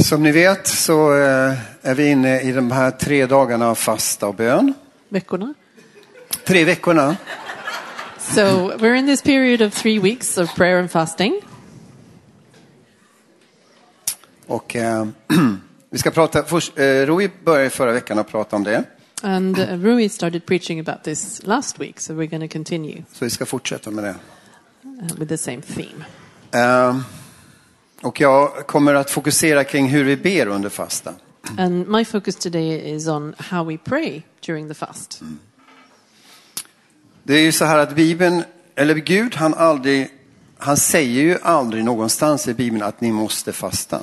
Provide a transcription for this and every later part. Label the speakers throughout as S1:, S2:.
S1: Som ni vet så eh, är vi inne i de här tre dagarna av fasta och bön.
S2: veckorna.
S1: Tre veckorna.
S2: So we're in this period of three weeks of prayer and fasting.
S1: Och eh, vi ska prata, först, eh, Rui började förra veckan att prata om det.
S2: And uh, Rui started preaching about this last week, so we're going to continue
S1: Så vi ska fortsätta med det.
S2: uh, with the same theme.
S1: Eh, och jag kommer att fokusera kring hur vi ber under fasta.
S2: And my focus today is on how we pray during the fast.
S1: Det är ju så här att Bibeln, eller Gud, han aldrig, han säger ju aldrig någonstans i Bibeln att ni måste fasta.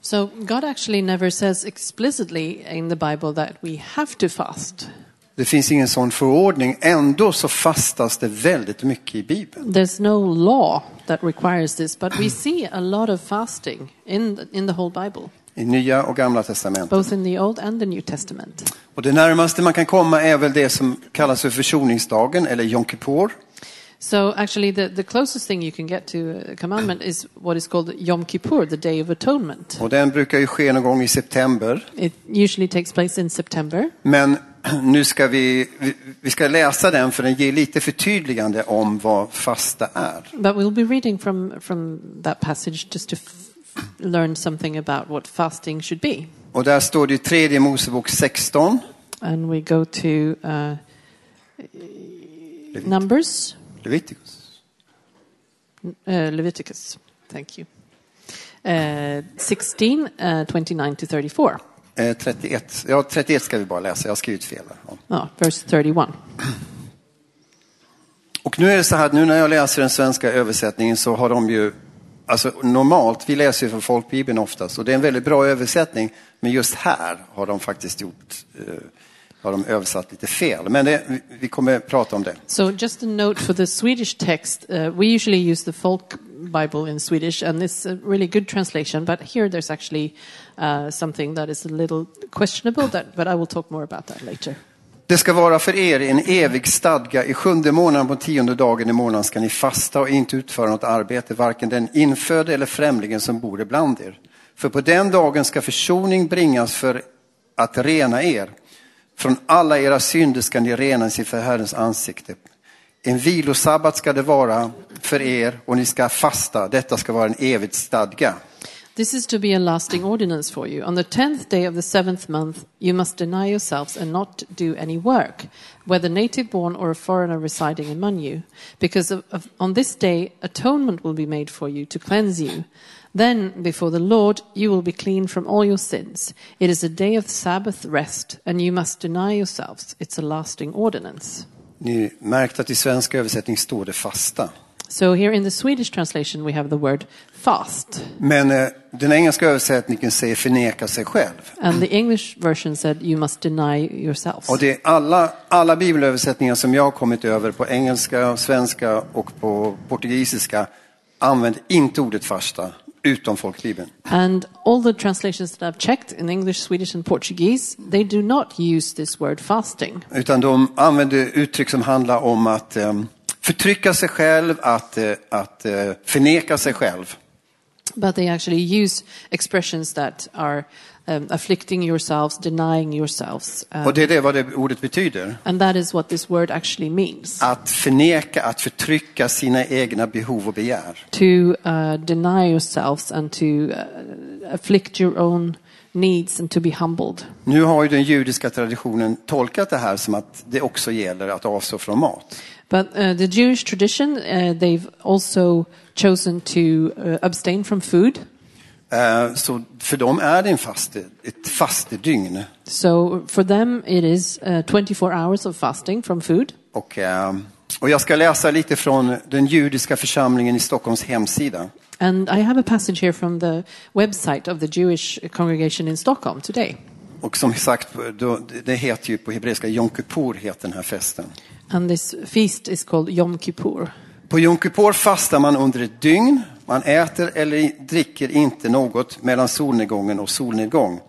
S2: So God actually never says explicitly in the Bible that we have to fast.
S1: Det finns ingen sån förordning, ändå så fastas det väldigt mycket i Bibeln.
S2: There's no law that requires this, but we see a lot of fasting in in the whole Bible,
S1: I Nya och Gamla Testamentet.
S2: both in the Old and the New Testament.
S1: Och det närmaste man kan komma är väl det som kallas för försoningsdagen eller Yom Kippur.
S2: So actually, the, the closest thing you can get to a commandment is what is called Yom Kippur, the Day of Atonement.
S1: Och den brukar ju ske någon gång i september.
S2: It usually takes place in September,
S1: Men nu ska vi, vi- vi ska läsa den för den ger lite förtydligande om vad fasta är.
S2: but we'll be reading from, from that passage just to f- learn something about what fasting should be.
S1: Och där står det i tredje Mosebok 16.
S2: And we go to uh, Numbers,
S1: Leviticus.
S2: uh, Leviticus, thank you, uh, 16, uh, 29 to 34.
S1: Eh, 31. Ja, 31 ska vi bara läsa, jag har skrivit fel. här. Ja.
S2: Oh, verse 31.
S1: Och nu är det så här att nu när jag läser den svenska översättningen så har de ju, alltså normalt, vi läser ju från folkbibeln oftast och det är en väldigt bra översättning, men just här har de faktiskt gjort, eh, har de översatt lite fel. Men det, vi- vi kommer prata om det.
S2: So, just a note for the Swedish text, uh, we usually use the folk Bible in Swedish, and it's a really good translation. But here, there's actually uh, something that is a little questionable. That, but I will talk more about that later.
S1: Det ska vara för er en evig stadga. I sjunde månaden på tionde dagen i månaden ska ni fasta och inte utföra något arbete, varken den infödde eller främlingen som bor ibland er. För på den dagen ska försoning bringas för att rena er. Från alla era synder ska ni renas inför Herrens ansikte. En vilosabbat ska det vara för er och ni ska fasta. Detta ska vara en evig stadga.
S2: This is to be a lasting ordinance for you. On the tenth day of the seventh month, you must deny yourselves and not do any work, whether native born or a foreigner residing among you, because of, of, on this day atonement will be made for you to cleanse you. Then, before the Lord, you will be clean from all your sins. It is a day of Sabbath rest, and you must deny yourselves. It's a lasting ordinance.
S1: Ni märkte att i svensk översättning står det fasta.
S2: So, here in the Swedish translation, we have the word fast,
S1: Men eh, den engelska översättningen säger förneka sig själv.
S2: and the English version said you must deny yourselves.
S1: Och det är alla, alla bibelöversättningar som jag har kommit över på engelska, svenska och på portugisiska använder inte ordet fasta, utom folkbibeln.
S2: And all the translations that I've checked in English, Swedish, and Portuguese, they do not use this word fasting.
S1: Utan de använder uttryck som handlar om att eh, förtrycka sig själv, att, eh, att eh, förneka sig själv.
S2: But they actually use expressions that are um, afflicting yourselves, denying yourselves. um,
S1: Och det är det vad det ordet betyder.
S2: and that is what this word actually means
S1: Att förneka, att förtrycka sina egna behov och begär.
S2: to uh, deny yourselves and to uh, afflict your own needs and to be humbled.
S1: Nu har ju den judiska traditionen tolkat det här som att det också gäller att avstå från mat.
S2: But uh, the Jewish tradition, uh, they've also chosen to uh, abstain from food.
S1: Eh, Så för dem är det en faste, ett fastedygn.
S2: So for them, it is uh, 24 hours of fasting from food.
S1: Och, eh, och jag ska läsa lite från den judiska församlingen i Stockholms hemsida.
S2: And I have a passage here from the website of the Jewish congregation in Stockholm today.
S1: Och som sagt, då, det heter ju på hebreiska, Yom Kippur heter den här festen.
S2: And this feast is called Yom Kippur.
S1: På Yom Kippur fastar man under ett dygn. Man äter eller dricker inte något mellan solnedgången och solnedgång.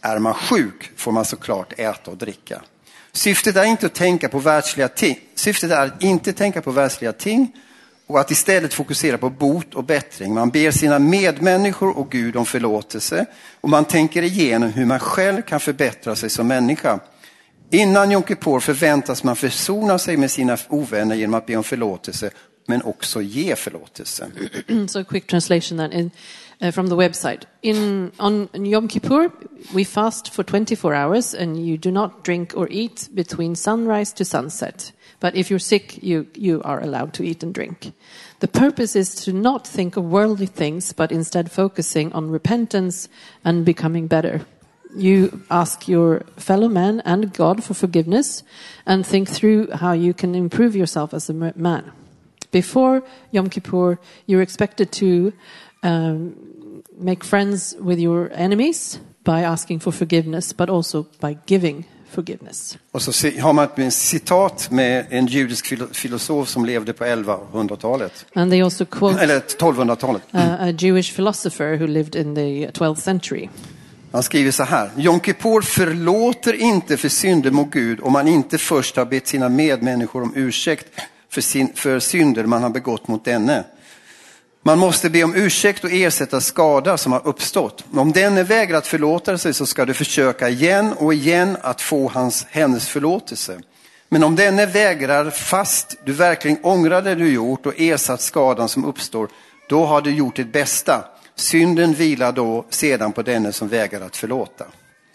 S1: Är man sjuk får man såklart äta och dricka. Syftet är inte att tänka på världsliga ting. Syftet är att inte tänka på världsliga ting och att istället fokusera på bot och bättring. Man ber sina medmänniskor och Gud om förlåtelse och man tänker igenom hur man själv kan förbättra sig som människa. Innan Yom Kippur förväntas man försona sig med sina ovänner genom att be om förlåtelse men också ge förlåtelse.
S2: so a quick translation then in, uh, from the website. In, on Yom Kippur, we fast for 24 hours and you do not drink or eat between sunrise to sunset. But if you're sick, you, you are allowed to eat and drink. The purpose is to not think of worldly things, but instead focusing on repentance and becoming better. You ask your fellow man and God for forgiveness and think through how you can improve yourself as a m- man before Yom Kippur, you're expected to um, make friends with your enemies by asking for forgiveness, but also by giving forgiveness.
S1: Och så se- har man ett ett citat med en judisk filo- filosof som levde på 1100-talet,
S2: And they also quote
S1: eller 1200-talet.
S2: uh, a Jewish philosopher who lived in the 12th century.
S1: Han skriver så här. Yom Kippur förlåter inte för synder mot Gud om man inte först har bett sina medmänniskor om ursäkt för, sin, för synder man har begått mot denne. Man måste be om ursäkt och ersätta skada som har uppstått. Om denne vägrar att förlåta sig så ska du försöka igen och igen att få hans, hennes förlåtelse. Men om denne vägrar fast du verkligen ångrar det du gjort och ersatt skadan som uppstår, då har du gjort ditt bästa. Synden vilar då sedan på denne som vägrar att förlåta.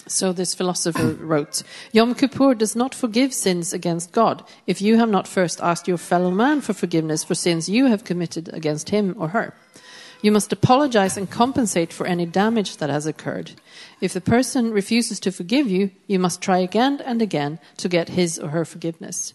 S2: So this philosopher wrote, Yom Kippur does not forgive sins against God if you have not first asked your fellow man for forgiveness for sins you have committed against him or her. You must apologize and compensate for any damage that has occurred. If the person refuses to forgive you, you must try again and again to get his or her forgiveness.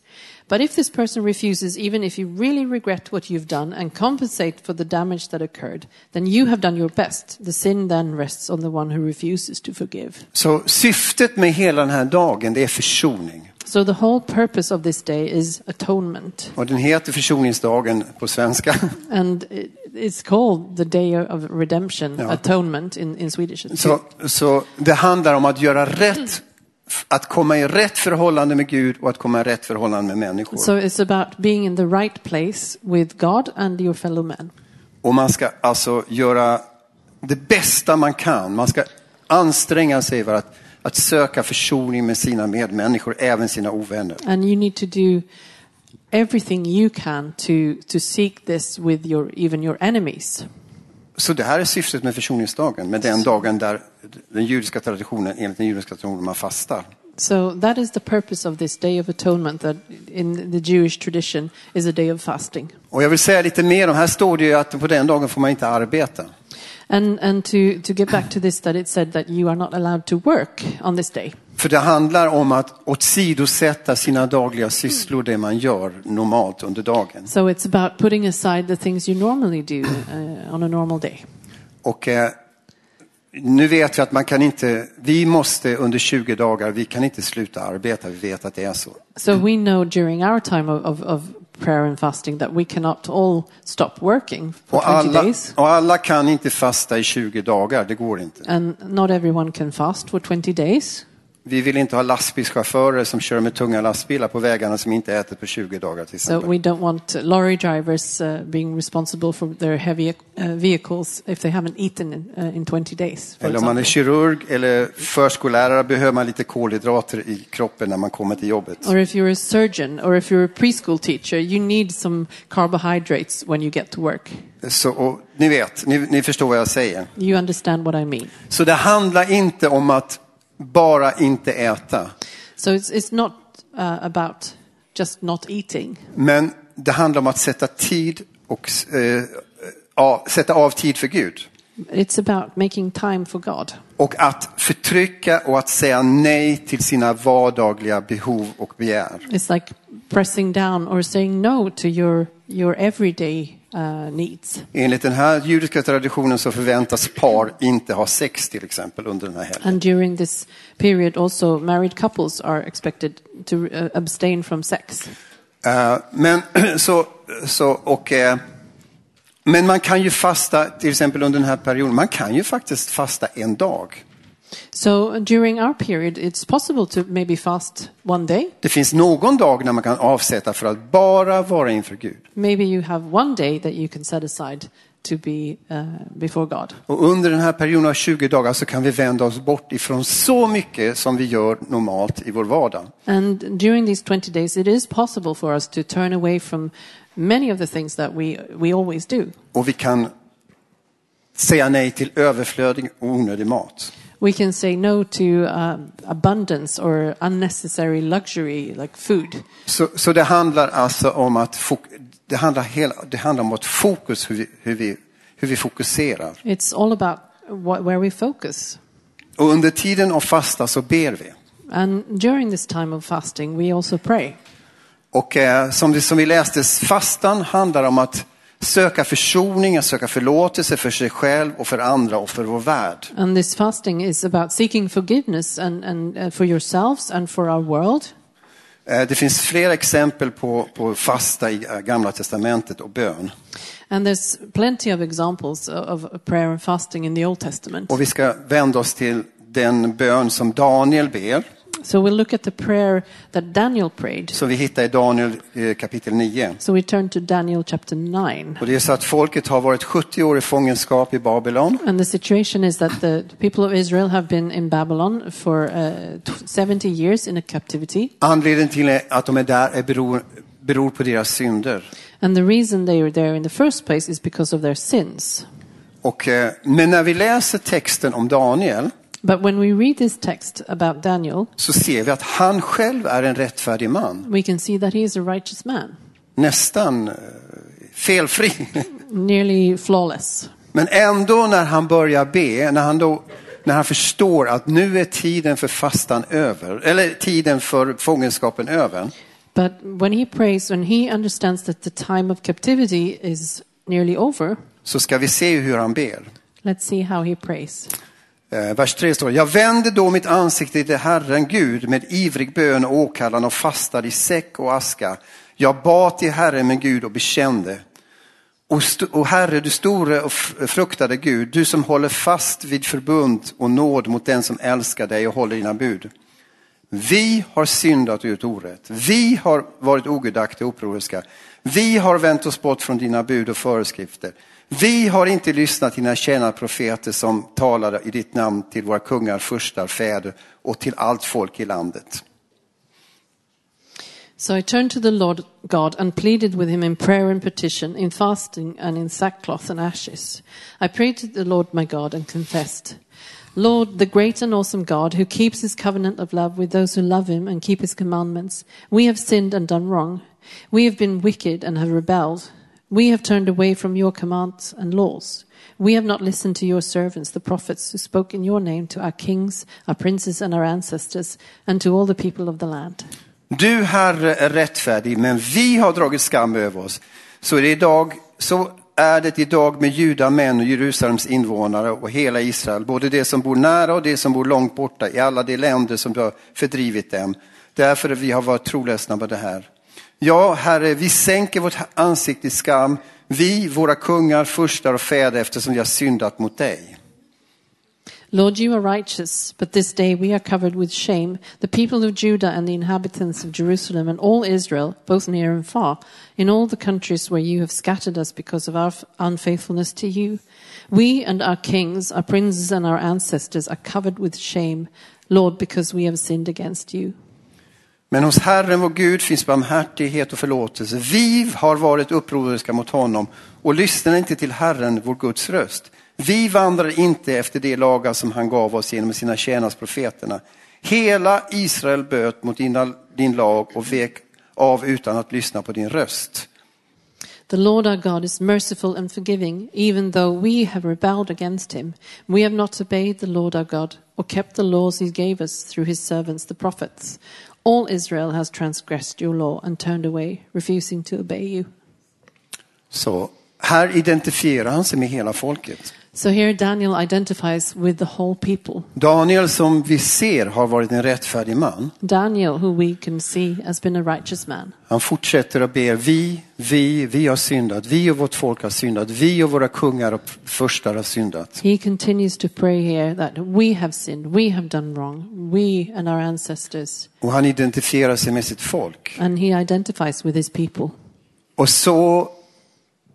S2: But if this person refuses, even if you really regret what you've done and compensate for the damage that occurred, then you have done your best. The sin then rests on the one who refuses to forgive.
S1: Så syftet med hela den här dagen, det är försoning.
S2: So the whole purpose of this day is atonement,
S1: Och den heter försoningsdagen på svenska.
S2: and it, it's called the Day of Redemption,
S1: Ja.
S2: atonement in, in Swedish. It's
S1: Så, så det handlar om att göra rätt, att komma i rätt förhållande med Gud och att komma i rätt förhållande med människor.
S2: So it's about being in the right place with God and your fellow man.
S1: Och man ska alltså göra det bästa man kan. Man ska anstränga sig för att, att söka försoning med sina medmänniskor, även sina ovänner.
S2: And you need to do everything you can to, to seek this with your, even your enemies.
S1: Så det här är syftet med försoningsdagen, med den dagen där den judiska traditionen, enligt den judiska traditionen, man fastar.
S2: So that is the purpose of this Day of Atonement that in the Jewish tradition is a day of fasting.
S1: Och jag vill säga lite mer om, här står det ju att på den dagen får man inte arbeta.
S2: And, and to, to get back to this, that it said that you are not allowed to work on this day.
S1: För det handlar om att åsidosätta sina dagliga sysslor, det man gör normalt under dagen.
S2: So it's about putting aside the things you normally do uh, on a normal day.
S1: Och eh, nu vet vi att man kan inte, vi måste under 20 dagar, vi kan inte sluta arbeta, vi vet att det är så.
S2: So we know during our time of, of, of prayer and fasting that we cannot all stop working for
S1: Och
S2: 20
S1: alla,
S2: days.
S1: och alla kan inte fasta i 20 dagar, det går inte.
S2: And not everyone can fast for 20 days.
S1: Vi vill inte ha lastbilschaufförer som kör med tunga lastbilar på vägarna som inte ätit på 20 dagar till
S2: So
S1: exempel.
S2: we don't want lorry drivers uh, being responsible for their heavy uh, vehicles if they haven't eaten in, uh, in 20 days. for
S1: Eller om man är
S2: example.
S1: kirurg eller förskollärare behöver man lite kolhydrater i kroppen när man kommer till jobbet.
S2: Or if you're a surgeon or if you're a preschool teacher, you need some carbohydrates when you get to work.
S1: Så, och, ni vet, ni, ni förstår vad jag säger.
S2: You understand what I mean.
S1: Så det handlar inte om att bara inte äta.
S2: So it's, it's not uh, about just not eating,
S1: Men det handlar om att sätta tid och eh, ja, sätta av tid för Gud.
S2: it's about making time for God
S1: Och att förtrycka och att säga nej till sina vardagliga behov och begär.
S2: It's like pressing down or saying no to your your everyday uh, needs.
S1: Enligt den här judiska traditionen så förväntas par inte ha sex till exempel under den här helgen.
S2: And during this period, also married couples are expected to uh, abstain from sex.
S1: Eh, men, så, så, och, eh, men man kan ju fasta till exempel under den här perioden. Man kan ju faktiskt fasta en dag.
S2: So during our period, it's possible to maybe fast one day.
S1: Det finns någon dag när man kan avsätta för att bara vara inför Gud.
S2: Maybe you have one day that you can set aside to be uh, before God.
S1: Och under den här perioden av 20 dagar så kan vi vända oss bort ifrån så mycket som vi gör normalt i vår vardag.
S2: And during these 20 days, it is possible for us to turn away from many of the things that we, we always do.
S1: Och vi kan säga nej till överflödig och onödig mat.
S2: We can say no to um, abundance or unnecessary luxury like food.
S1: Så, så det handlar alltså om att fok- det handlar, hela, det handlar om vårt fokus, hur vi, hur vi, hur vi fokuserar.
S2: It's all about what, where we focus.
S1: Och under tiden av fasta så ber vi.
S2: And during this time of fasting, we also pray.
S1: Och eh, som, det, som vi läste, fastan handlar om att söka försoning, att söka förlåtelse för sig själv och för andra och för vår värld.
S2: And this fasting is about seeking forgiveness and, and uh, for yourselves and for our world.
S1: Eh, det finns flera exempel på, på fasta i eh, Gamla Testamentet och bön.
S2: And there's plenty of examples of of prayer and fasting in the Old Testament.
S1: Och vi ska vända oss till den bön som Daniel ber,
S2: So we'll look at the prayer that Daniel prayed.
S1: som vi hittar i Daniel eh, kapitel 9.
S2: So we turn to Daniel chapter 9.
S1: Och det är så att folket har varit 70 år i fångenskap i Babylon.
S2: And the situation is that the people of Israel have been in Babylon for uh, tw- 70 years in a captivity.
S1: Anledningen till att de är där är beror, beror på deras synder.
S2: And the reason they were there in the first place is because of their sins.
S1: Och, eh, men när vi läser texten om Daniel
S2: But when we read this text about Daniel,
S1: så ser vi att han själv är en rättfärdig man.
S2: we can see that he is a righteous man,
S1: Nästan eh, felfri.
S2: nearly flawless.
S1: Men ändå när han börjar be, när han, då, när han förstår att nu är tiden för fastan över, eller tiden för fångenskapen över,
S2: But when he prays, when he understands that the time of captivity is nearly over,
S1: så ska vi se hur han ber.
S2: let's see how he prays.
S1: Eh, Vers 3 står Jag vände då mitt ansikte till Herren Gud med ivrig bön och åkallan och fastade i säck och aska. Jag bad till Herren min Gud och bekände. Och, st- och Herre, du store och f- fruktade Gud, du som håller fast vid förbund och nåd mot den som älskar dig och håller dina bud. Vi har syndat och gjort orätt. Vi har varit ogudaktiga och oproriska. Vi har vänt oss bort från dina bud och föreskrifter. Vi har inte lyssnat till dina tjänare profeter som talade i ditt namn till våra kungar, furstar, fäder och till allt folk i landet.
S2: So I turned to the Lord God and pleaded with him in prayer and petition, in fasting and in sackcloth and ashes. I prayed to the Lord my God and confessed, Lord, the great and awesome God who keeps his covenant of love with those who love him and keep his commandments, we have sinned and done wrong. We have been wicked and have rebelled. We have turned away from your commands and laws. We have not listened to your servants, the prophets, who spoke in your name to our kings, our princes, and our ancestors, and to all the people of the land.
S1: Du, Herre, är rättfärdig, men vi har dragit skam över oss. Så är det, idag, så är det idag med juda män och Jerusalems invånare och hela Israel, både de som bor nära och de som bor långt borta, i alla de länder som du har fördrivit dem. Därför vi har varit trolösna på det här. Ja, Herre, vi sänker vårt ansikte i skam, vi, våra kungar, furstar och fäder, eftersom vi har syndat mot dig.
S2: Lord, you are righteous, but this day we are covered with shame. The people of Judah and the inhabitants of Jerusalem and all Israel, both near and far, in all the countries where you have scattered us because of our f- unfaithfulness to you. We and our kings, our princes and our ancestors are covered with shame, Lord, because we have sinned against you.
S1: Men hos Herren vår Gud finns barmhärtighet och förlåtelse. Vi har varit upproriska mot honom och lyssnar inte till Herren, vår Guds röst. Vi vandrar inte efter de lagar som han gav oss genom sina tjänars profeterna. Hela Israel böt mot dina, din lag och vek av utan att lyssna på din röst.
S2: The Lord our God is merciful and forgiving, even though we have rebelled against him. We have not obeyed the Lord our God or kept the laws he gave us through his servants, the prophets. All Israel has transgressed your law and turned away, refusing to obey you.
S1: Så här identifierar han sig med hela folket.
S2: So here Daniel identifies with the whole people.
S1: Daniel som vi ser har varit en rättfärdig man.
S2: Daniel, who we can see has been a righteous man.
S1: Han fortsätter att be, vi, vi, vi har syndat, vi och vårt folk har syndat, vi och våra kungar och förstar har syndat.
S2: He continues to pray here that we have sinned, we have done wrong, we and our ancestors,
S1: Och han identifierar sig med sitt folk.
S2: and he identifies with his people.
S1: Och så,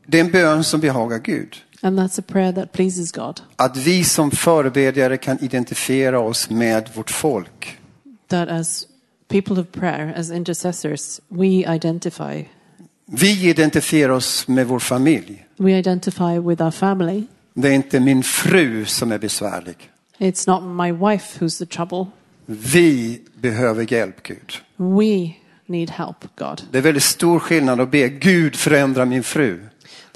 S1: det är en bön som behagar Gud.
S2: And that's a prayer that pleases God,
S1: Att vi som förebedjare kan identifiera oss med vårt folk.
S2: that as people of prayer, as intercessors, we identify.
S1: Vi identifierar oss med vår familj.
S2: We identify with our family.
S1: Det är inte min fru som är besvärlig.
S2: It's not my wife who's the trouble.
S1: Vi behöver hjälp, Gud.
S2: We need help, God.
S1: Det är väldigt stor skillnad att be Gud förändra min fru.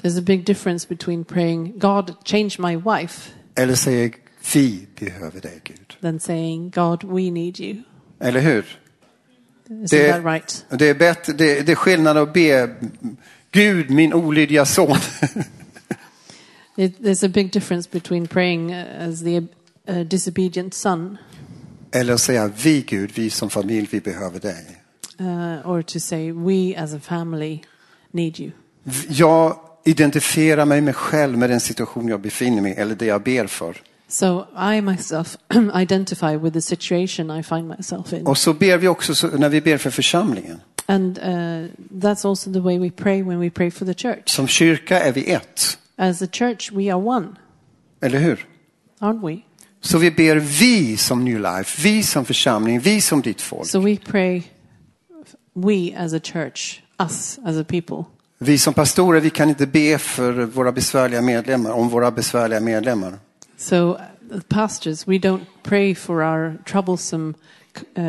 S2: There's a big difference between praying, God, change my wife,
S1: Eller säga vi behöver dig, Gud.
S2: than saying, God, we need you.
S1: Eller hur?
S2: Isn't
S1: Det,
S2: that right?
S1: det, är bättre, det, det är skillnad att be Gud, min olydiga son.
S2: It, there's a big difference between praying uh, as the uh, disobedient son
S1: Eller att säga vi, Gud, vi som familj, vi behöver dig.
S2: uh, or to say, we as a family need you.
S1: V- Jag identifierar mig med själv med den situation jag befinner mig i, eller det jag ber för.
S2: So I myself identify with the situation I find myself in.
S1: Och så ber vi också så, när vi ber för församlingen.
S2: And uh, that's also the way we pray when we pray for the church.
S1: Som kyrka är vi ett,
S2: As a church, we are one,
S1: eller hur?
S2: aren't we?
S1: Så vi ber vi som New Life, vi som församling, vi som ditt folk.
S2: So we pray, we as a church, us as a people.
S1: Vi som pastorer, vi kan inte be för våra besvärliga medlemmar, om våra besvärliga medlemmar.
S2: So, uh, the pastors, we don't pray for our troublesome uh,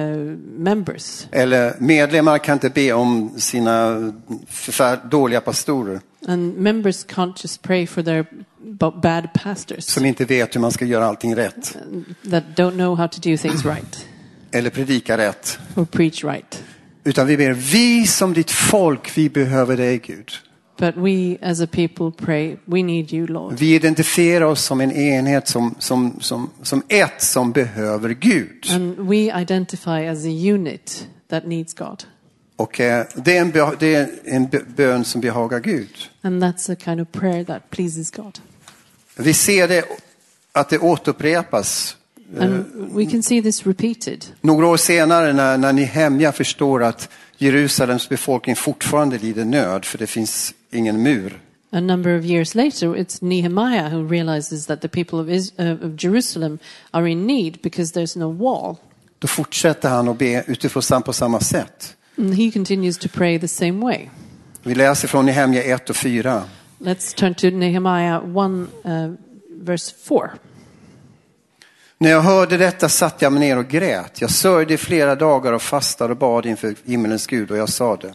S2: members,
S1: Eller medlemmar kan inte be om sina förfär- dåliga pastorer
S2: and members can't just pray for their b- bad pastors
S1: som inte vet hur man ska göra allting rätt.
S2: that don't know how to do things right
S1: Eller predika rätt.
S2: or preach right.
S1: Utan vi ber, vi som ditt folk, vi behöver dig Gud.
S2: But we, as a people, pray, we need you, Lord.
S1: Vi identifierar oss som en enhet, som, som, som, som ett som behöver Gud.
S2: And we identify as a unit that needs God.
S1: Och eh, det är en, be- det är en be- bön som behagar Gud.
S2: And that's a kind of prayer that pleases God.
S1: Vi ser det, att det återupprepas.
S2: And we can see this repeated.
S1: Några år senare när, när Nehemja förstår att Jerusalems befolkning fortfarande lider nöd för det finns ingen mur.
S2: A number of years later, it's Nehemiah who realizes that the people of, Is- uh, of Jerusalem are in need because there's no wall.
S1: Då fortsätter han att be utifrån sam- på samma sätt.
S2: And he continues to pray the same way.
S1: Vi läser från Nehemja 1 och 4.
S2: Let's turn to Nehemiah 1, uh, verse 4.
S1: När jag hörde detta satt jag mig ner och grät. Jag sörjde i flera dagar och fastade och bad inför himmelens Gud och jag sade.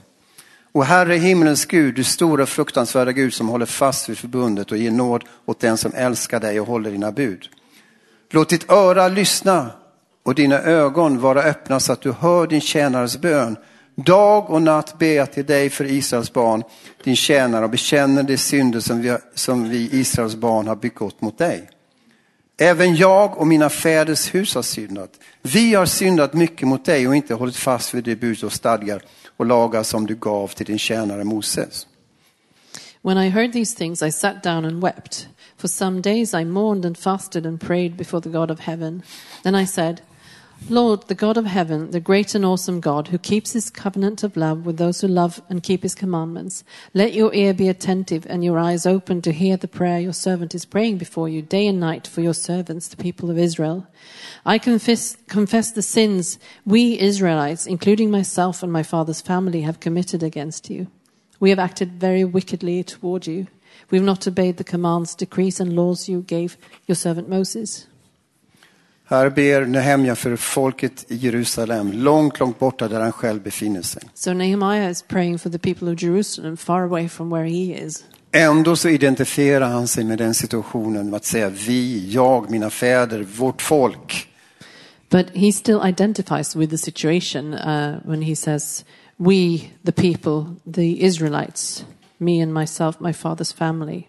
S1: O Herre himmelens Gud, du stora och fruktansvärda Gud som håller fast vid förbundet och ger nåd åt den som älskar dig och håller dina bud. Låt ditt öra lyssna och dina ögon vara öppna så att du hör din tjänares bön. Dag och natt ber jag till dig för Israels barn, din tjänare, och bekänner de synder som vi, som vi Israels barn har begått mot dig. Även jag och mina fäders hus har syndat. Vi har syndat mycket mot dig och inte hållit fast vid de bud och stadgar och lagar som du gav till din tjänare Moses.
S2: When I heard these things, I sat down and wept. For some days I mourned and fasted and prayed before the God of heaven. Then I said, Lord, the God of heaven, the great and awesome God, who keeps his covenant of love with those who love and keep his commandments, let your ear be attentive and your eyes open to hear the prayer your servant is praying before you day and night for your servants, the people of Israel. I confess, confess the sins we Israelites, including myself and my father's family, have committed against you. We have acted very wickedly toward you. We have not obeyed the commands, decrees, and laws you gave your servant Moses.
S1: Här ber Nehemja för folket i Jerusalem, långt, långt borta där han själv befinner sig.
S2: So Nehemiah is praying for the people of Jerusalem, far away from where he is.
S1: Ändå så identifierar han sig med den situationen med att säga vi, jag, mina fäder, vårt folk.
S2: But he still identifies with the situation uh, when he says, We, the people, the Israelites, me and myself, my father's family.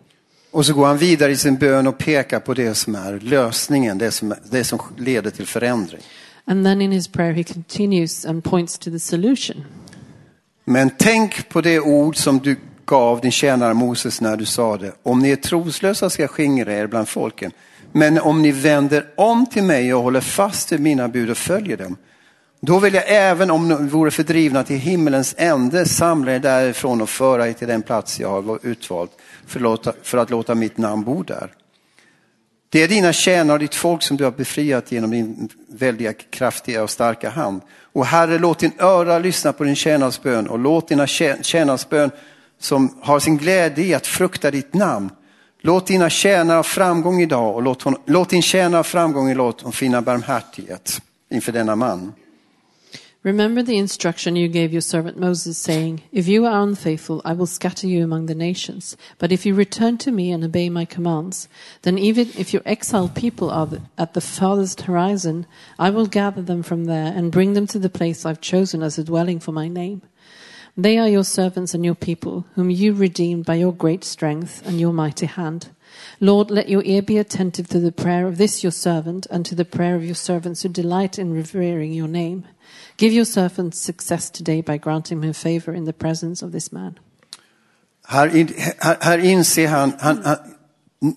S1: Och så går han vidare i sin bön och pekar på det som är lösningen, det som, det som leder till förändring.
S2: And then in his prayer, he continues and points to the solution.
S1: Men tänk på det ord som du gav din tjänare Moses när du sade, om ni är troslösa ska jag skingra er bland folken. Men om ni vänder om till mig och håller fast vid mina bud och följer dem, då vill jag även om ni vore fördrivna till himmelens ände samla er därifrån och föra er till den plats jag har utvalt för att låta, för att låta mitt namn bo där. Det är dina tjänare och ditt folk som du har befriat genom din väldiga, kraftiga och starka hand. Och Herre, låt din öra lyssna på din tjänares bön och låt dina tjä- tjänares bön som har sin glädje i att frukta ditt namn. Låt dina tjänare ha framgång idag och låt, hon, låt din tjänare ha framgång i låt hon finna barmhärtighet inför denna man.
S2: Remember the instruction you gave your servant Moses, saying, If you are unfaithful, I will scatter you among the nations. But if you return to me and obey my commands, then even if your exiled people are th- at the farthest horizon, I will gather them from there and bring them to the place I've chosen as a dwelling for my name. They are your servants and your people, whom you redeemed by your great strength and your mighty hand. Lord, let your ear be attentive to the prayer of this your servant and to the prayer of your servants who delight in revering your name. Give your servant success today by granting him favor in the presence of this man.
S1: Här, in, här, här inser han, han, han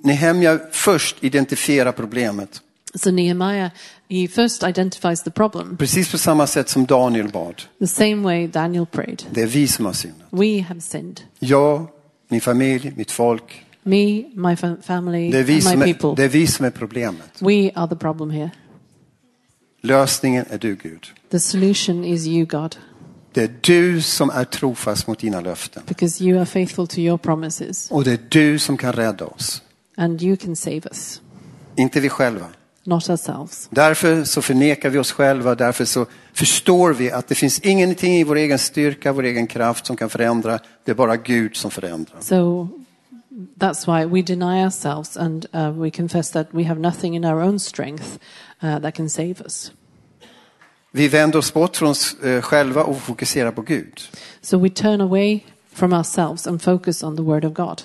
S1: Nehemja först identifierar problemet.
S2: So Nehemiah, he first identifies the problem,
S1: Precis på samma sätt som Daniel bad.
S2: the same way Daniel prayed.
S1: Det är vi som har syndat.
S2: We have sinned.
S1: Jag, min familj, mitt folk.
S2: Me, my fa- family,
S1: Det är vi,
S2: and my
S1: som är,
S2: people.
S1: det är, vi som är problemet.
S2: We are the problem here.
S1: Lösningen är du Gud.
S2: The solution is you, God,
S1: Det är du som är trofast mot dina löften.
S2: because you are faithful to your promises
S1: Och det är du som kan rädda oss.
S2: and you can save us,
S1: Inte vi själva.
S2: not ourselves.
S1: Därför så förnekar vi oss själva, därför så förstår vi att det finns ingenting i vår egen styrka, vår egen kraft som kan förändra. Det är bara Gud som förändrar.
S2: So that's why we deny ourselves and uh, we confess that we have nothing in our own strength uh, that can save us.
S1: Vi vänder oss bort från oss eh, själva och fokuserar på Gud.
S2: So we turn away from ourselves and focus on the Word of God.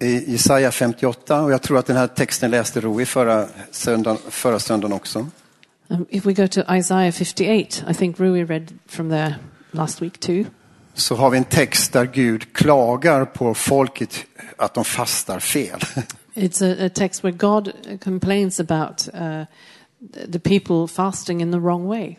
S1: I Jesaja 58, och jag tror att den här texten läste Roy förra söndagen, förra söndagen också.
S2: Um, if we go to Isaiah 58, I think Rui read from there last week too.
S1: Så har vi en text där Gud klagar på folket att de fastar fel.
S2: It's a, a text where God complains about uh, the people fasting in the wrong way.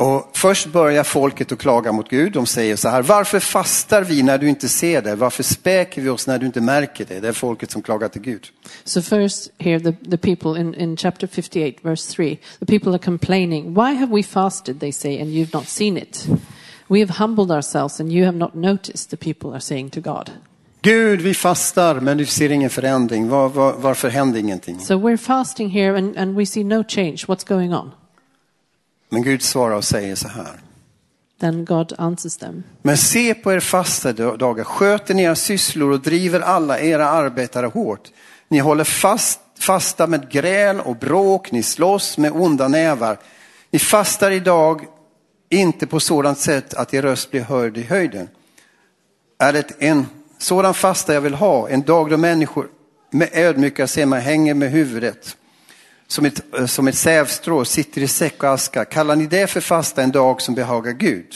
S1: Och först börjar folket att klaga mot Gud. De säger så här, varför fastar vi när du inte ser det? Varför späker vi oss när du inte märker det? Det är folket som klagar till Gud.
S2: So first here the, the people in, in chapter 58 verse 3 the people are complaining why have we fasted they say and you've not seen it we have humbled ourselves and you have not noticed the people are saying to God
S1: Gud, vi fastar men du ser ingen förändring. Var, var, varför händer ingenting?
S2: so we're fasting here and, and we see no change what's going on
S1: Men Gud svarar och säger så här.
S2: then God answers them
S1: Men se på er fasta dagar, sköter ni era sysslor och driver alla era arbetare hårt. Ni håller fast, fasta med gräl och bråk, ni slåss med onda nävar. Ni fastar idag inte på sådant sätt att er röst blir hörd i höjden. Är det en sådan fasta jag vill ha, en dag då människor med ödmjukar semmar hänger med huvudet som ett, eh, som ett sävstrå, sitter i säck och aska. Kallar ni det för fasta en dag som behagar Gud?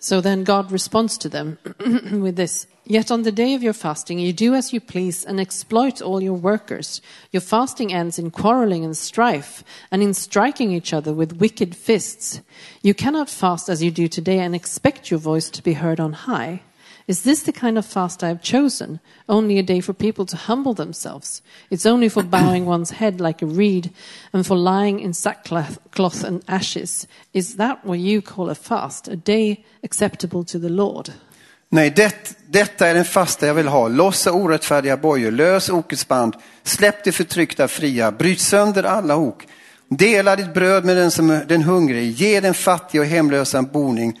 S2: So then God responds to them with this Yet on the day of your fasting, you do as you please and exploit all your workers. Your fasting ends in quarreling and strife, and in striking each other with wicked fists. You cannot fast as you do today and expect your voice to be heard on high. Is this the kind of fast I have chosen? Only a day for people to humble themselves. It's only for bowing one's head like a reed and for lying in sackcloth cloth and ashes. Is that what you call a fast? A day acceptable to the Lord?
S1: Nej, det, detta är den fasta jag vill ha. Lossa orättfärdiga bojor, lös okets band, släpp de förtryckta fria, bryt sönder alla ok. Dela ditt bröd med den, som, den hungrige, ge den fattige och hemlösa en boning.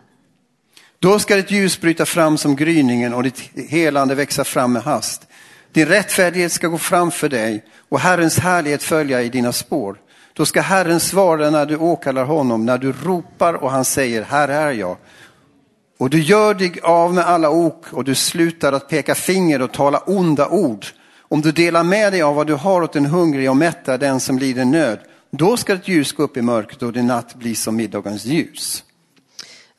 S1: Då ska ditt ljus bryta fram som gryningen och ditt helande växa fram med hast. Din rättfärdighet ska gå framför dig och Herrens härlighet följa i dina spår. Då ska Herren svara när du åkallar honom, när du ropar och han säger, här är jag. Och du gör dig av med alla ok och du slutar att peka finger och tala onda ord. Om du delar med dig av vad du har åt den hungriga och mättar den som lider nöd, då ska ett ljus gå upp i mörkret och din natt bli som middagens ljus.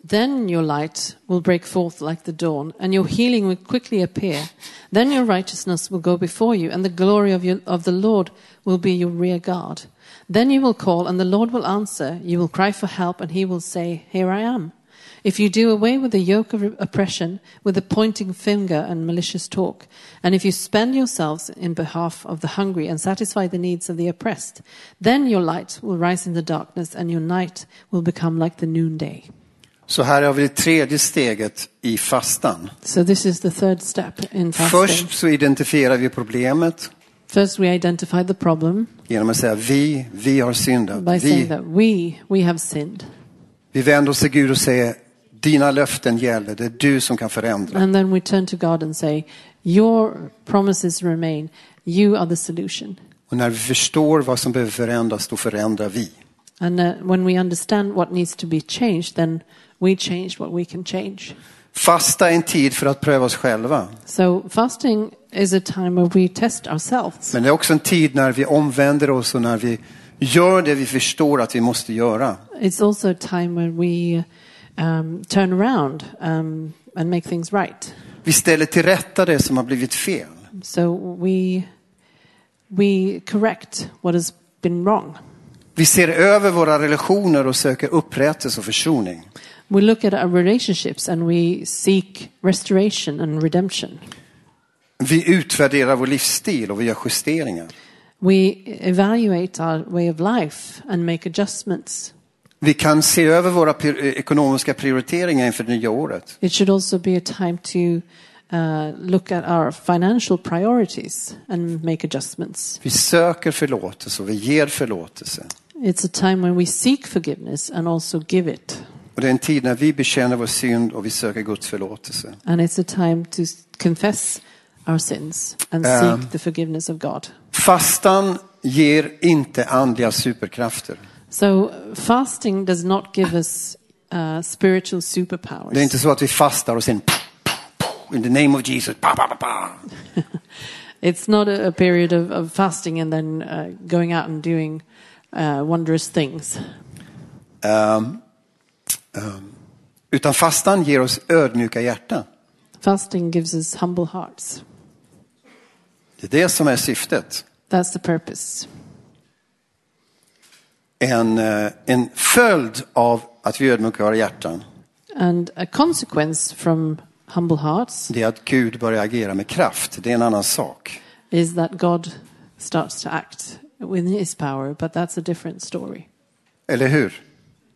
S2: Then your light will break forth like the dawn, and your healing will quickly appear. Then your righteousness will go before you, and the glory of, your, of the Lord will be your rear guard. Then you will call, and the Lord will answer. You will cry for help, and he will say, Here I am. If you do away with the yoke of oppression, with the pointing finger and malicious talk, and if you spend yourselves in behalf of the hungry and satisfy the needs of the oppressed, then your light will rise in the darkness, and your night will become like the noonday.
S1: Så här har vi det tredje steget i fastan.
S2: So this is the third step in fasting.
S1: Först så identifierar vi problemet
S2: First, we identify the problem
S1: genom att säga vi, vi har syndat.
S2: by saying
S1: Vi,
S2: that we we have sinned,
S1: vi vänder oss till Gud och säger dina löften gäller, det är du som kan förändra.
S2: and then we turn to God and say, "Your promises remain. You are the solution."
S1: Och när vi förstår vad som behöver förändras, då förändrar vi.
S2: And uh, when we understand what needs to be changed, then we change what we can change.
S1: Fasta är en tid för att pröva oss själva.
S2: So fasting is a time where we test ourselves,
S1: Men det är också en tid när vi omvänder oss och när vi gör det vi förstår att vi måste göra.
S2: it's also a time when we um, turn around um, and make things right.
S1: Vi ställer till rätta det som har blivit fel.
S2: So we we correct what has been wrong.
S1: Vi ser över våra relationer och söker upprättelse och försoning.
S2: We look at our relationships and we seek restoration and redemption.
S1: Vi utvärderar vår livsstil och vi gör justeringar.
S2: We evaluate our way of life and make adjustments.
S1: Vi kan se över våra pri- eh, ekonomiska prioriteringar inför det nya året.
S2: It should also be a time to uh, look at our financial priorities and make adjustments.
S1: Vi söker förlåtelse och vi ger förlåtelse.
S2: It's a time when we seek forgiveness and also give it.
S1: Och det är en tid när vi bekänner vår synd och vi söker Guds förlåtelse.
S2: And it's a time to s- confess our sins and
S1: Um,
S2: seek the forgiveness of God.
S1: Fastan ger inte andliga superkrafter.
S2: So fasting does not give us uh, spiritual
S1: Det är
S2: superpowers.
S1: inte så att vi fastar och sen in the name of Jesus. Pa, pa, pa, pa.
S2: It's not a, a period of, of fasting and then uh, going out and doing uh, wondrous things.
S1: Utan fastan ger oss ödmjuka hjärtan.
S2: Fasting gives us humble hearts.
S1: Det är det som är syftet.
S2: That's the purpose.
S1: En, eh, en följd av att vi ödmjukar våra hjärtan,
S2: And a consequence from humble hearts
S1: det är att Gud börjar agera med kraft. Det är en annan sak.
S2: is that God starts to act with his power, but that's a different story,
S1: Eller hur?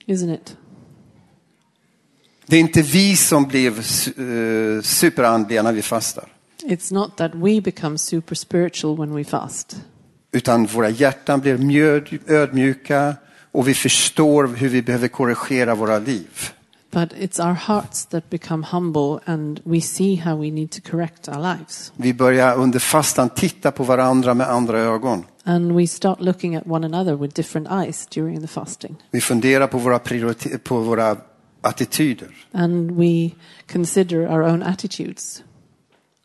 S2: isn't it?
S1: Det är inte vi som blir eh, superandliga när vi fastar,
S2: It's not that we become super spiritual when we fast.
S1: utan våra hjärtan blir mjöd, ödmjuka och vi förstår hur vi behöver korrigera våra liv.
S2: But it's our hearts that become humble and we see how we need to correct our lives.
S1: Vi börjar under fastan titta på varandra med andra ögon.
S2: And we start looking at one another with different eyes during the fasting.
S1: Vi funderar på våra, priorite- på våra attityder.
S2: And we consider our own attitudes.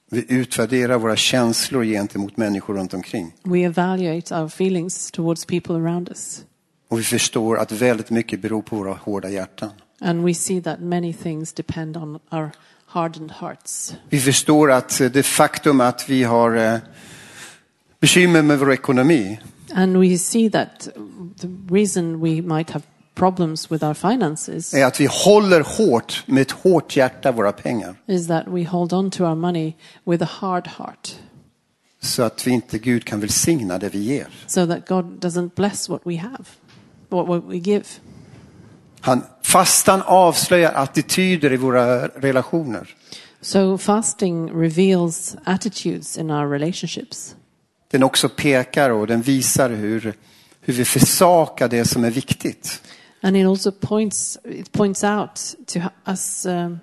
S1: Vi utvärderar våra känslor gentemot människor runt omkring.
S2: We evaluate our feelings towards people around us.
S1: Och vi förstår att väldigt mycket beror på våra hårda hjärtan.
S2: And we see that many things depend on our hardened hearts.
S1: Vi förstår att eh, det faktum att vi har eh, bekymmer med vår ekonomi,
S2: And we see that the reason we might have problems with our finances
S1: är att vi håller hårt med ett hårt hjärta våra pengar.
S2: is that we hold on to our money with a hard heart
S1: Så att vi inte Gud kan välsigna det vi ger.
S2: so that God doesn't bless what we have. what, what we give.
S1: Han, fastan avslöjar attityder i våra relationer.
S2: So fasting reveals attitudes in our relationships.
S1: Den också pekar och den visar hur, hur vi försakar det som är viktigt.
S2: And it also points, it points out to h- us um,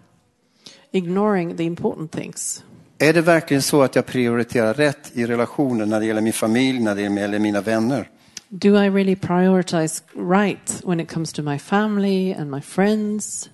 S2: ignoring the important things.
S1: Är det verkligen så att jag prioriterar rätt i relationer när det gäller min familj, när det gäller mina vänner?
S2: Do I really prioritize right when it comes to my family and my friends?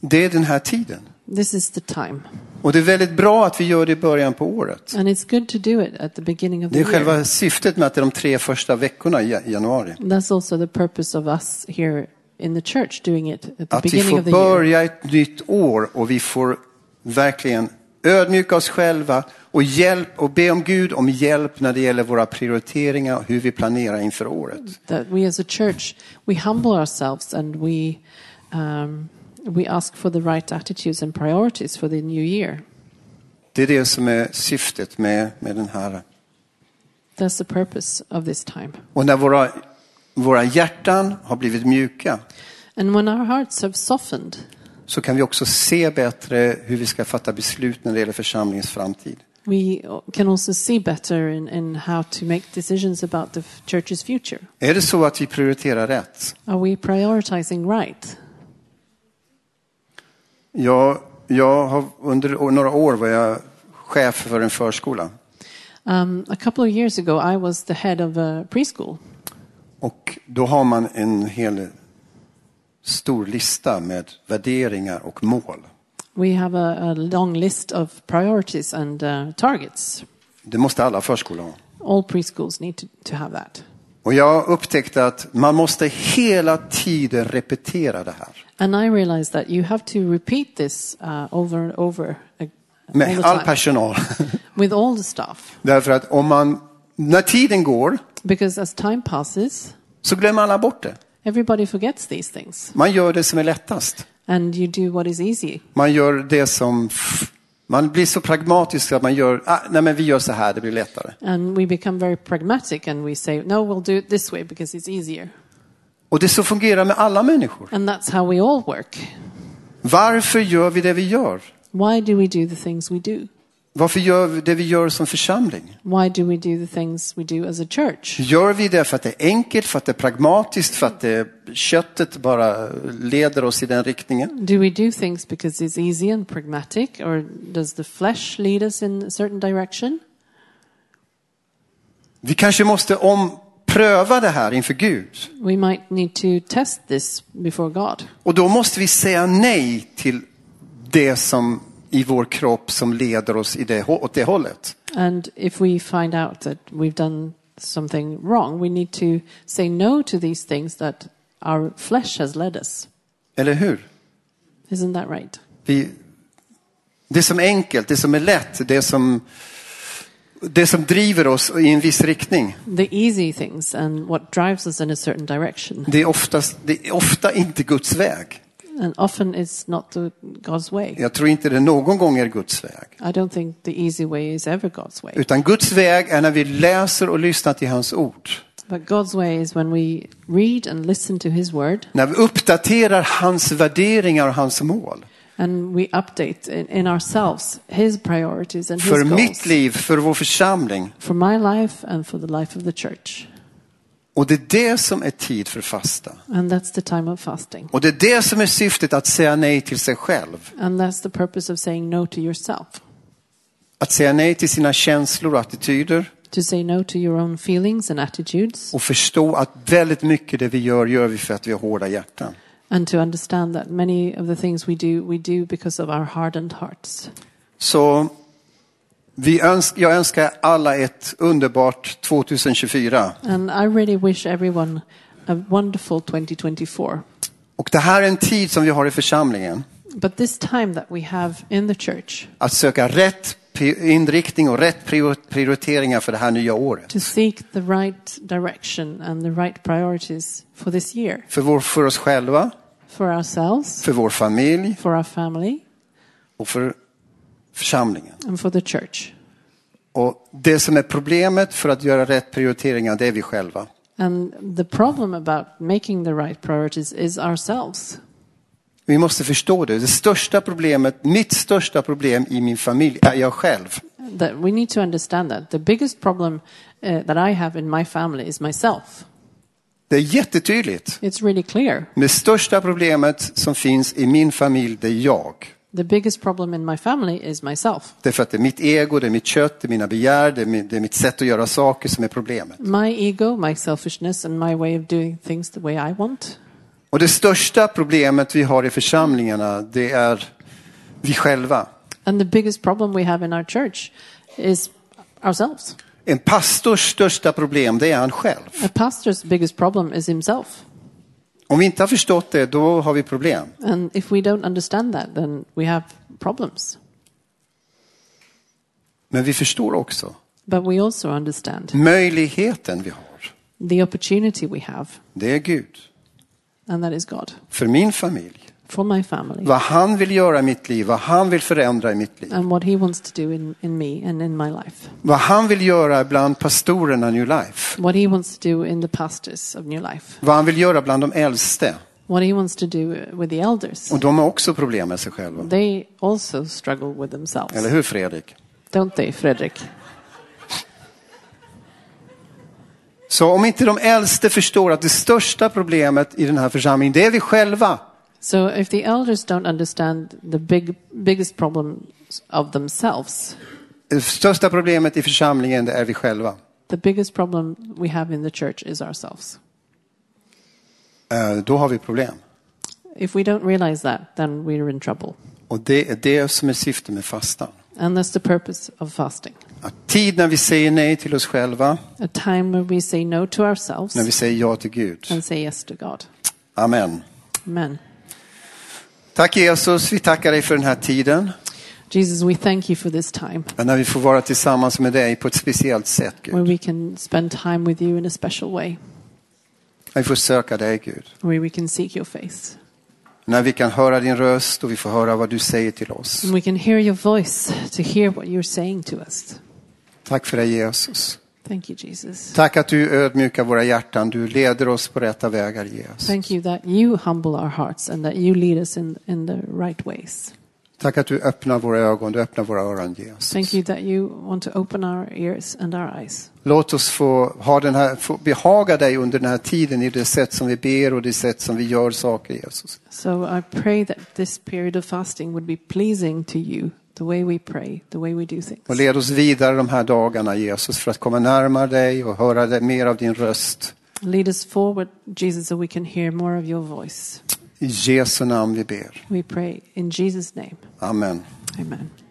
S1: Det är den här tiden.
S2: This is the time.
S1: Och det är väldigt bra att vi gör det i början på året.
S2: And it's good to do it at the beginning of the
S1: Det är
S2: year.
S1: själva syftet med att det är de tre första veckorna i ja- januari.
S2: That's also the purpose of us here in the church doing it at the
S1: Att vi
S2: beginning
S1: får
S2: of the year.
S1: börja ett nytt år och vi får verkligen ödmjuka oss själva och, hjälp, och be om Gud om hjälp när det gäller våra prioriteringar och hur vi planerar inför året.
S2: That we as a church, we humble ourselves and we, um, we ask for the right attitudes and priorities for the new year.
S1: Det är det som är syftet med, med den här.
S2: That's the purpose of this time.
S1: Och när våra, våra hjärtan har blivit mjuka
S2: And when our hearts have softened,
S1: så kan vi också se bättre hur vi ska fatta beslut när det gäller församlingens framtid.
S2: we can also see better in, in how to make decisions about the f- church's future.
S1: Är det så att vi prioriterar rätt?
S2: Are we prioritizing right?
S1: Jag, jag har under å- några år var jag chef för en förskola.
S2: Um, a couple of years ago, I was the head of a preschool,
S1: Och då har man en hel stor lista med värderingar och mål.
S2: We have a, a long list of priorities and uh, targets.
S1: Det måste alla förskolor ha.
S2: All preschools need to, to have that.
S1: Och jag upptäckte att man måste hela tiden repetera det här.
S2: And I realized that you have to repeat this uh, over and over uh, all
S1: Med
S2: the
S1: all
S2: time,
S1: personal.
S2: with all the staff.
S1: Därför att om man, när tiden går
S2: Because as time passes,
S1: så glömmer alla bort det.
S2: everybody forgets these things.
S1: Man gör det som är lättast.
S2: And you do what is easy.
S1: Man gör det som... Man blir så pragmatisk att man gör... Ah, nej men vi gör så här, det blir lättare.
S2: And we become very pragmatic and we say, no, we'll do it this way because it's easier.
S1: Och det så fungerar med alla människor.
S2: And that's how we all work.
S1: Varför gör vi det vi gör?
S2: Why do we do the things we do?
S1: Varför gör vi det vi gör som församling?
S2: Why do we do the things we do as a church?
S1: Gör vi det för att det är enkelt, för att det är pragmatiskt, för att det, köttet bara leder oss i den riktningen?
S2: Do we do things because it's easy and pragmatic, or does the flesh lead us in a certain direction?
S1: Vi kanske måste om pröva det här inför Gud.
S2: We might need to test this before God.
S1: Och då måste vi säga nej till det som i vår kropp som leder oss i det, åt det hållet.
S2: And if we find out that we've done something wrong, we need to say no to these things that our flesh has led us.
S1: Eller hur?
S2: Isn't that right?
S1: Vi, det som är enkelt, det som är lätt, det som, det som driver oss i en viss riktning,
S2: The easy things and what drives us in a certain direction.
S1: det är, oftast, det är ofta inte Guds väg.
S2: And often it's not the, God's way.
S1: Jag tror inte det någon gång är Guds väg.
S2: I don't think the easy way is ever God's way.
S1: Utan Guds väg är när vi läser och lyssnar till hans ord.
S2: But God's way is when we read and listen to His Word
S1: När vi uppdaterar hans värderingar och hans mål.
S2: and we update in, in ourselves His priorities and His
S1: För
S2: goals
S1: mitt liv, för vår församling.
S2: for my life and for the life of the church.
S1: Och det är det som är tid för fasta.
S2: And that's the time of fasting.
S1: Och det är det som är syftet att säga nej till sig själv.
S2: And that's the purpose of saying no to yourself,
S1: Att säga nej till sina känslor och attityder.
S2: to say no to your own feelings and attitudes,
S1: Och förstå att väldigt mycket det vi gör, gör vi för att vi har hårda hjärtan.
S2: and to understand that many of the things we do, we do because of our hardened hearts.
S1: Så vi öns- jag önskar alla ett underbart 2024.
S2: And I really wish everyone a wonderful 2024.
S1: Och det här är en tid som vi har i församlingen.
S2: But this time that we have in the church,
S1: Att söka rätt pri- inriktning och rätt prior- prioriteringar för det här nya året.
S2: to seek the right direction and the right priorities for this year,
S1: För, vår, för oss själva,
S2: for ourselves,
S1: för vår familj
S2: for our family,
S1: och för församlingen.
S2: and for the church.
S1: Och det som är problemet för att göra rätt prioriteringar, det är vi själva.
S2: And the problem about making the right priorities is ourselves.
S1: Vi måste förstå det. Det största problemet, mitt största problem i min familj är jag själv.
S2: That we need to understand that the biggest problem uh, that I have in my family is myself.
S1: Det är jättetydligt.
S2: It's really clear.
S1: Det största problemet som finns i min familj, det är jag.
S2: The biggest problem in my family is myself.
S1: Det är för att det är mitt ego, det är mitt kött, det är mina begär, det är mi- det är mitt sätt att göra saker som är problemet.
S2: My ego, my selfishness, and my way of doing things the way I want.
S1: Och det största problemet vi har i församlingarna, det är vi själva.
S2: And the biggest problem we have in our church is ourselves.
S1: En pastors största problem, det är han själv.
S2: A pastor's biggest problem is himself.
S1: Om vi inte har förstått det, då har vi problem.
S2: And if we don't understand that, then we have problems.
S1: Men vi förstår också
S2: But we also understand
S1: möjligheten vi har.
S2: the opportunity we have,
S1: Det är Gud.
S2: and that is God
S1: För min familj.
S2: for my family
S1: Vad han vill göra i mitt liv, vad han vill förändra i mitt liv.
S2: and what He wants to do in, in me and in my life,
S1: Vad han vill göra bland pastorerna New Life.
S2: what He wants to do in the pastors of new life,
S1: Vad han vill göra bland de äldste.
S2: what He wants to do with the elders.
S1: Och de har också problem med sig själva.
S2: They also struggle with
S1: Eller
S2: themselves,
S1: hur Fredrik?
S2: don't they, Frederick?
S1: Så om inte de äldste förstår att det största problemet i den här församlingen, det är vi själva.
S2: So if the elders don't understand the big, biggest problems of themselves,
S1: Det största problemet i församlingen, det är vi själva.
S2: the biggest problem we have in the church is ourselves.
S1: Eh, Då har vi problem.
S2: If we don't realize that, then we're in trouble.
S1: Och det är det som är syftet med fastan.
S2: And that's the purpose of fasting.
S1: Att tid när vi säger nej till oss själva,
S2: A time where we say no to ourselves
S1: när vi säger ja till Gud.
S2: and say yes to God.
S1: Amen.
S2: Amen.
S1: Tack Jesus, vi tackar dig för den här tiden.
S2: Jesus, we thank you for this time
S1: När vi får vara tillsammans med dig på ett speciellt sätt
S2: where
S1: Gud.
S2: we can spend time with you in a special way,
S1: När vi får söka dig Gud.
S2: where we can seek your face.
S1: När vi kan höra din röst och vi får höra vad du säger till oss.
S2: And we can hear your voice to hear what you're saying to us.
S1: Tack för det Jesus.
S2: Thank you, Jesus.
S1: Tack att du ödmjukar våra hjärtan. Du leder oss på rätta vägar Jesus.
S2: Thank you that you humble our hearts and that you lead us in, in the right ways.
S1: Tack att du öppnar våra ögon, du öppnar våra öron Jesus.
S2: Thank you that you want to open our ears and our eyes.
S1: Låt oss få, ha den här, få behaga dig under den här tiden i det sätt som vi ber och det sätt som vi gör saker Jesus.
S2: So I pray that this period of fasting would be pleasing to you, the way we pray, the way we do things.
S1: Och led oss vidare de här dagarna Jesus för att komma närmare dig och höra dig- mer av din röst.
S2: Lead us forward, Jesus, so we can hear more of your voice.
S1: I Jesu namn vi ber.
S2: We pray in Jesus' name.
S1: Amen.
S2: Amen.